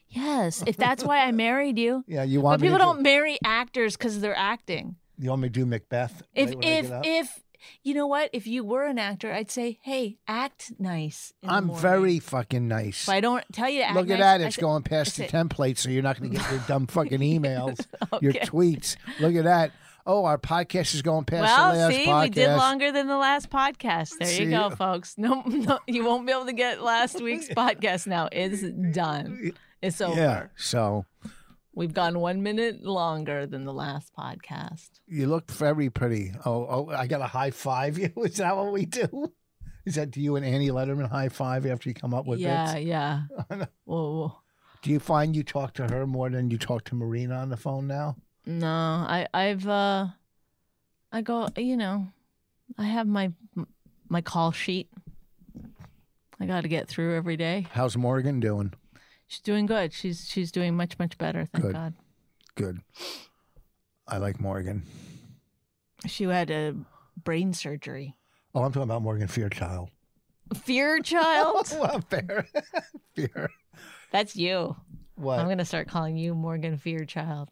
Speaker 1: "Yes, if that's why I married you."
Speaker 2: Yeah, you want
Speaker 1: But
Speaker 2: me.
Speaker 1: people
Speaker 2: to
Speaker 1: don't marry actors because they're acting.
Speaker 2: Do, you want me to do Macbeth?
Speaker 1: If
Speaker 2: right when I
Speaker 1: if
Speaker 2: get up?
Speaker 1: if you know what, if you were an actor, I'd say, "Hey, act nice." in the
Speaker 2: I'm
Speaker 1: morning."
Speaker 2: very fucking nice.
Speaker 1: If I don't tell you to act
Speaker 2: Look at
Speaker 1: nice,
Speaker 2: that.
Speaker 1: I
Speaker 2: It's
Speaker 1: say-
Speaker 2: going past the
Speaker 1: I say-
Speaker 2: template, so you're not going to get your dumb fucking emails, your
Speaker 1: Okay.
Speaker 2: tweets. Look at that. Oh, our podcast is going past the
Speaker 1: Well,
Speaker 2: last
Speaker 1: see,
Speaker 2: podcast.
Speaker 1: we did longer than the last podcast. There
Speaker 2: See?
Speaker 1: you go, folks. No, no, you won't be able to get last week's podcast now. It's done. It's over.
Speaker 2: Yeah. So
Speaker 1: We've gone one minute longer than the last podcast.
Speaker 2: you look very pretty. Oh, oh, I got to high five you. Is that what we do? Is that do you and Annie Letterman high five after you come up with
Speaker 1: yeah,
Speaker 2: bits?
Speaker 1: yeah. Whoa.
Speaker 2: Do you find you talk to her more than you talk to Marina on the phone now?
Speaker 1: No, I, I've, uh, I go, you know, I have my my call sheet. I got to get through every day.
Speaker 2: How's Morgan doing?
Speaker 1: She's doing good. She's she's doing much much better. Thank
Speaker 2: Good.
Speaker 1: God.
Speaker 2: Good. I like Morgan.
Speaker 1: She had a brain surgery.
Speaker 2: Oh, I'm talking about Morgan Fairchild.
Speaker 1: Fear child.
Speaker 2: Well, fair. fair.
Speaker 1: That's you.
Speaker 2: What?
Speaker 1: I'm gonna start calling you Morgan Fearchild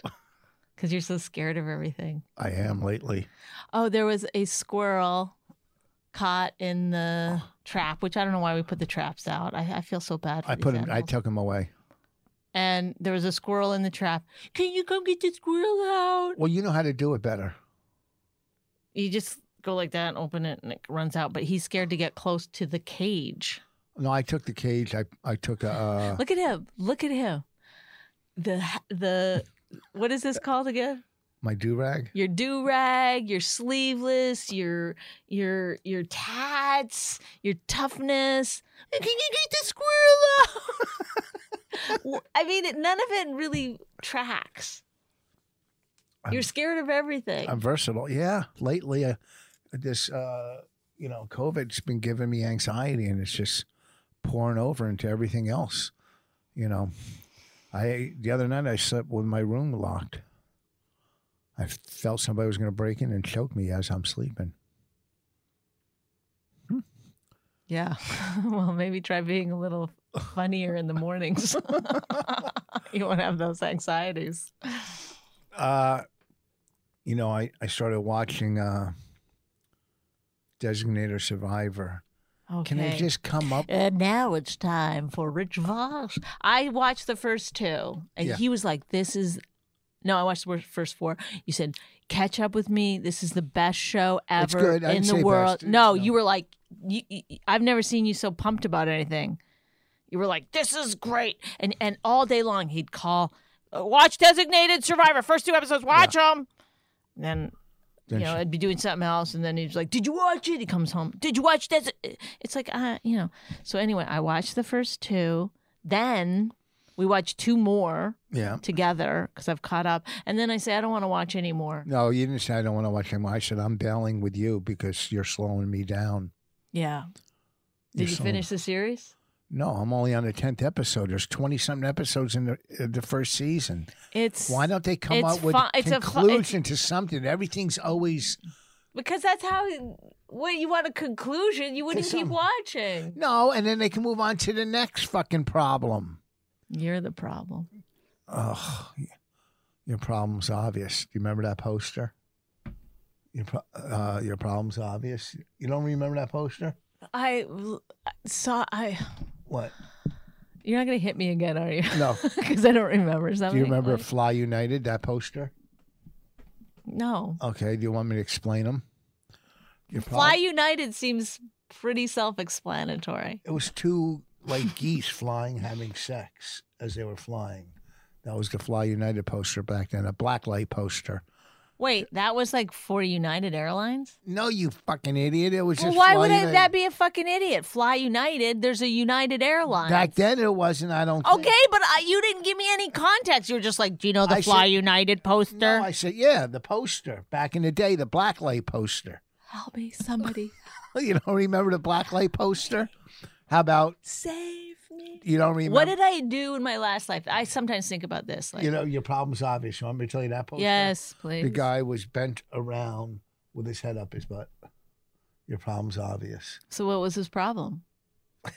Speaker 1: because you're so scared of everything.
Speaker 2: I am lately.
Speaker 1: Oh, there was a squirrel caught in the trap, which I don't know why we put the traps out. I, I feel so bad. For
Speaker 2: I
Speaker 1: these
Speaker 2: put him. I
Speaker 1: animals.
Speaker 2: took him away.
Speaker 1: and there was a squirrel in the trap. Can you come get the squirrel out?
Speaker 2: Well, you know how to do it better.
Speaker 1: You just go like that and open it, and it runs out. But he's scared to get close to the cage.
Speaker 2: No, I took the cage. I I took a. Uh,
Speaker 1: Look at him. Look at him. The the what is this called again?
Speaker 2: My do rag.
Speaker 1: your do rag, your sleeveless, your your your tats, your toughness. Can you get the squirrel out? Well, I mean, it- none of it really tracks. You're scared of everything.
Speaker 2: I'm versatile. Yeah. Lately, uh, this, uh, you know, COVID's been giving me anxiety and it's just pouring over into everything else. You know, I, the other night I slept with my room locked. I felt somebody was going to break in and choke me as I'm sleeping.
Speaker 1: yeah. well, maybe try being a little funnier in the mornings. you won't have those anxieties.
Speaker 2: Uh, you know, I, I started watching uh, Designator Survivor.
Speaker 1: Okay.
Speaker 2: Can I just come up?
Speaker 1: And now it's time for Rich Voss. I watched the first two, and
Speaker 2: Yeah.
Speaker 1: he was like, "This is." No, I watched the wor- first four. You said, "Catch up with me. This is the best show ever
Speaker 2: It's good. I
Speaker 1: in
Speaker 2: didn't
Speaker 1: the
Speaker 2: say
Speaker 1: world."
Speaker 2: best. No.
Speaker 1: No, you were like, you, you, "I've never seen you so pumped about anything." You were like, "This is great," and and all day long he'd call, "Uh, "Watch Designated Survivor. First two episodes. Watch them." Then
Speaker 2: Then
Speaker 1: you know, I'd be doing something else, and then he's like, "Did you watch it?" He comes home. Did you watch this? It's like, uh, you know. So anyway, I watched the first two. Then we watched two more
Speaker 2: Yeah.
Speaker 1: together because I've caught up, and then I say I don't want to watch anymore.
Speaker 2: No, you didn't say I don't want to watch him. I said I'm bailing with you because you're slowing me down.
Speaker 1: Yeah. Did
Speaker 2: You're
Speaker 1: you
Speaker 2: so-
Speaker 1: finish the series?
Speaker 2: No, I'm only on the tenth episode. There's twenty something episodes in the, in the first season.
Speaker 1: It's
Speaker 2: Why don't they come
Speaker 1: It's
Speaker 2: up with
Speaker 1: fi- it's a fi-
Speaker 2: conclusion to something? Everything's always
Speaker 1: because that's how. What you want a conclusion? You wouldn't
Speaker 2: There's
Speaker 1: keep
Speaker 2: some-
Speaker 1: watching.
Speaker 2: no, and then they can move on to the next fucking problem.
Speaker 1: You're the problem.
Speaker 2: Ugh, your problem's obvious. Do you remember that poster? Your pro- uh, your problem's obvious. You don't remember that poster?
Speaker 1: I l- saw. I.
Speaker 2: What?
Speaker 1: You're not gonna hit me again, are you?
Speaker 2: No.
Speaker 1: Because I don't remember something.
Speaker 2: Do you remember Fly United? That poster?
Speaker 1: No.
Speaker 2: Okay. Do you want me to explain them? Your prob-
Speaker 1: Fly United seems pretty self-explanatory.
Speaker 2: It was two like geese flying, having sex as they were flying. That was the Fly United poster back then, a black light poster.
Speaker 1: Wait, that was like for United Airlines.
Speaker 2: No, you fucking idiot! It was
Speaker 1: Well,
Speaker 2: just.
Speaker 1: why
Speaker 2: Fly
Speaker 1: would I,
Speaker 2: United.
Speaker 1: that be a fucking idiot? Fly United. There's a United Airlines.
Speaker 2: Back then, it wasn't. I don't.
Speaker 1: okay,
Speaker 2: Think.
Speaker 1: but I, you didn't give me any context. You were just like, do you know the
Speaker 2: I
Speaker 1: Fly
Speaker 2: said-
Speaker 1: United poster?
Speaker 2: No, I said, yeah, the poster back in the day, the black light poster.
Speaker 1: Help me, somebody
Speaker 2: You don't remember the black light poster? How about
Speaker 1: save me.
Speaker 2: you don't remember?
Speaker 1: What did I do in my last life? I sometimes think about this. Like,
Speaker 2: you know, your problem's obvious. You want me to tell you that poster?
Speaker 1: yes, please.
Speaker 2: The guy was bent around with his head up his butt. Your problem's obvious.
Speaker 1: So what was his problem?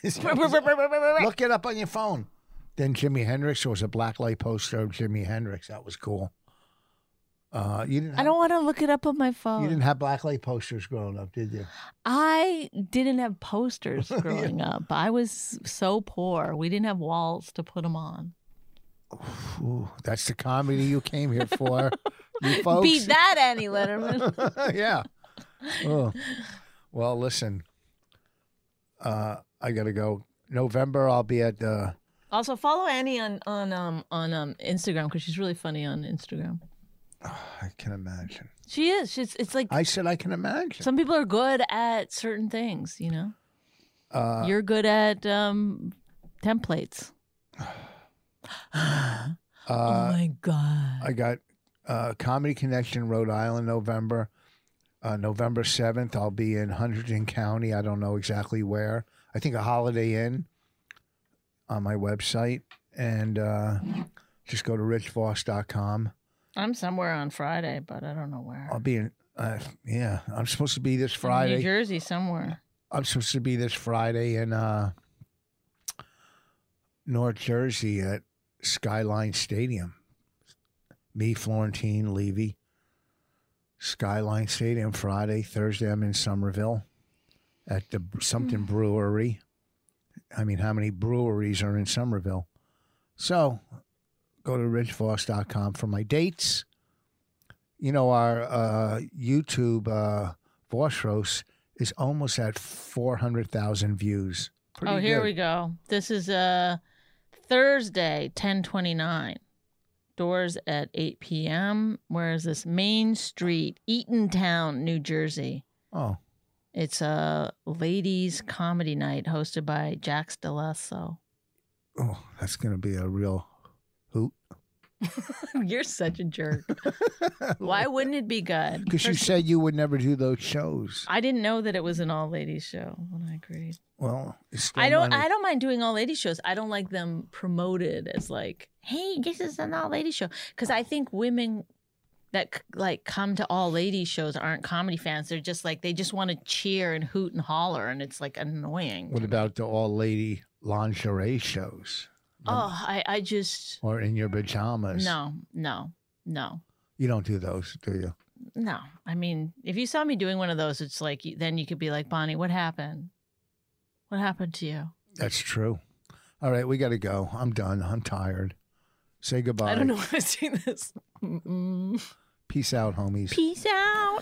Speaker 2: Look it up on your phone. Then Jimi Hendrix. There was a black light poster of Jimi Hendrix. That was cool. Uh, you didn't. Have,
Speaker 1: I don't want to look it up on my
Speaker 2: You
Speaker 1: phone.
Speaker 2: didn't have black light posters growing up, did you?
Speaker 1: I didn't have posters growing up. I was so poor. We didn't have walls to put them on.
Speaker 2: Ooh, that's the comedy you came here for, you folks.
Speaker 1: Beat that, Annie Letterman.
Speaker 2: yeah. Oh. Well, listen. Uh, I gotta go. November, I'll be at the.
Speaker 1: also, follow Annie on on um on um Instagram because she's really funny on Instagram.
Speaker 2: I can imagine.
Speaker 1: She is. She's. It's like
Speaker 2: I said I can imagine.
Speaker 1: some people are good at certain things. You know,
Speaker 2: Uh,
Speaker 1: you're good at um templates.
Speaker 2: Uh,
Speaker 1: oh my god!
Speaker 2: I got uh, Comedy Connection Rhode Island November. Uh, November 7th, I'll be in Hunterdon County. I don't know exactly where. I think a Holiday Inn on my website. And uh, just go to richvoss.com.
Speaker 1: I'm somewhere on Friday, but I don't know where.
Speaker 2: I'll be in, uh, yeah, I'm supposed to be this
Speaker 1: In New
Speaker 2: Friday.
Speaker 1: Jersey, somewhere.
Speaker 2: I'm supposed to be this Friday in uh, North Jersey at Skyline Stadium. Me, Florentine, Levy. Skyline Stadium Friday, Thursday. I'm in Somerville at the something brewery. I mean, how many breweries are in Somerville? So, go to ridgevoss.com for my dates. You know, our uh, YouTube uh, Voss Roast is almost at 400,000 views.
Speaker 1: oh, here we go. This is uh, Thursday, ten twenty nine. doors at 8 p.m. Where is this? Main Street, Eatontown, New Jersey.
Speaker 2: Oh,
Speaker 1: It's a ladies' comedy night hosted by Jax Delasso.
Speaker 2: oh, that's gonna be a real hoot.
Speaker 1: You're such a jerk. Why wouldn't it be good?
Speaker 2: Because you
Speaker 1: First-
Speaker 2: said you would never do those shows.
Speaker 1: I didn't know that it was an all ladies show when I agreed.
Speaker 2: Well, it's still
Speaker 1: I don't.
Speaker 2: not a-
Speaker 1: I don't mind doing all ladies shows. I don't like them promoted as like, "Hey, this is an all ladies show," because I think women that c- like come to all ladies shows aren't comedy fans. They're just like they just want to cheer and hoot and holler, and it's like annoying.
Speaker 2: What about the all lady lingerie shows?
Speaker 1: Oh, I, I just
Speaker 2: Or in your pajamas?
Speaker 1: no, no, no,
Speaker 2: You don't do those, do you?
Speaker 1: no. I mean, if you saw me doing one of those, it's like you- then you could be like, Bonnie, what happened? What happened to you?
Speaker 2: That's true. All right, we got to go. I'm done. I'm tired. Say goodbye.
Speaker 1: I don't know why I'm saying this. Mm-mm.
Speaker 2: Peace out, homies.
Speaker 1: Peace out.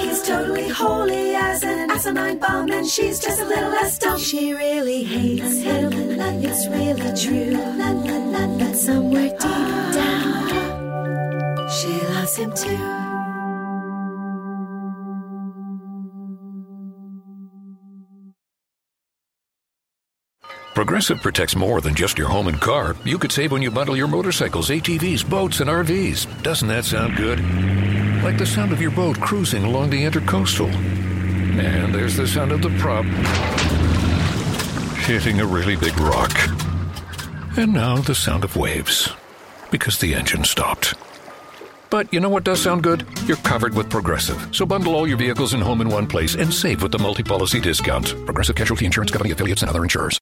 Speaker 3: He's totally holy as an asinine bomb, and she's just a little less dumb. She really hates him, it's really true. But somewhere deep down, she loves him too.
Speaker 4: Progressive protects more than just your home and car. You could save when you bundle your motorcycles, ATVs, boats, and RVs. Doesn't that sound good? Like the sound of your boat cruising along the intercoastal. And there's the sound of the prop hitting a really big rock. And now the sound of waves because the engine stopped. But you know what does sound good? You're covered with Progressive. So bundle all your vehicles and home in one place and save with the multi policy discount. Progressive Casualty Insurance Company affiliates and other insurers.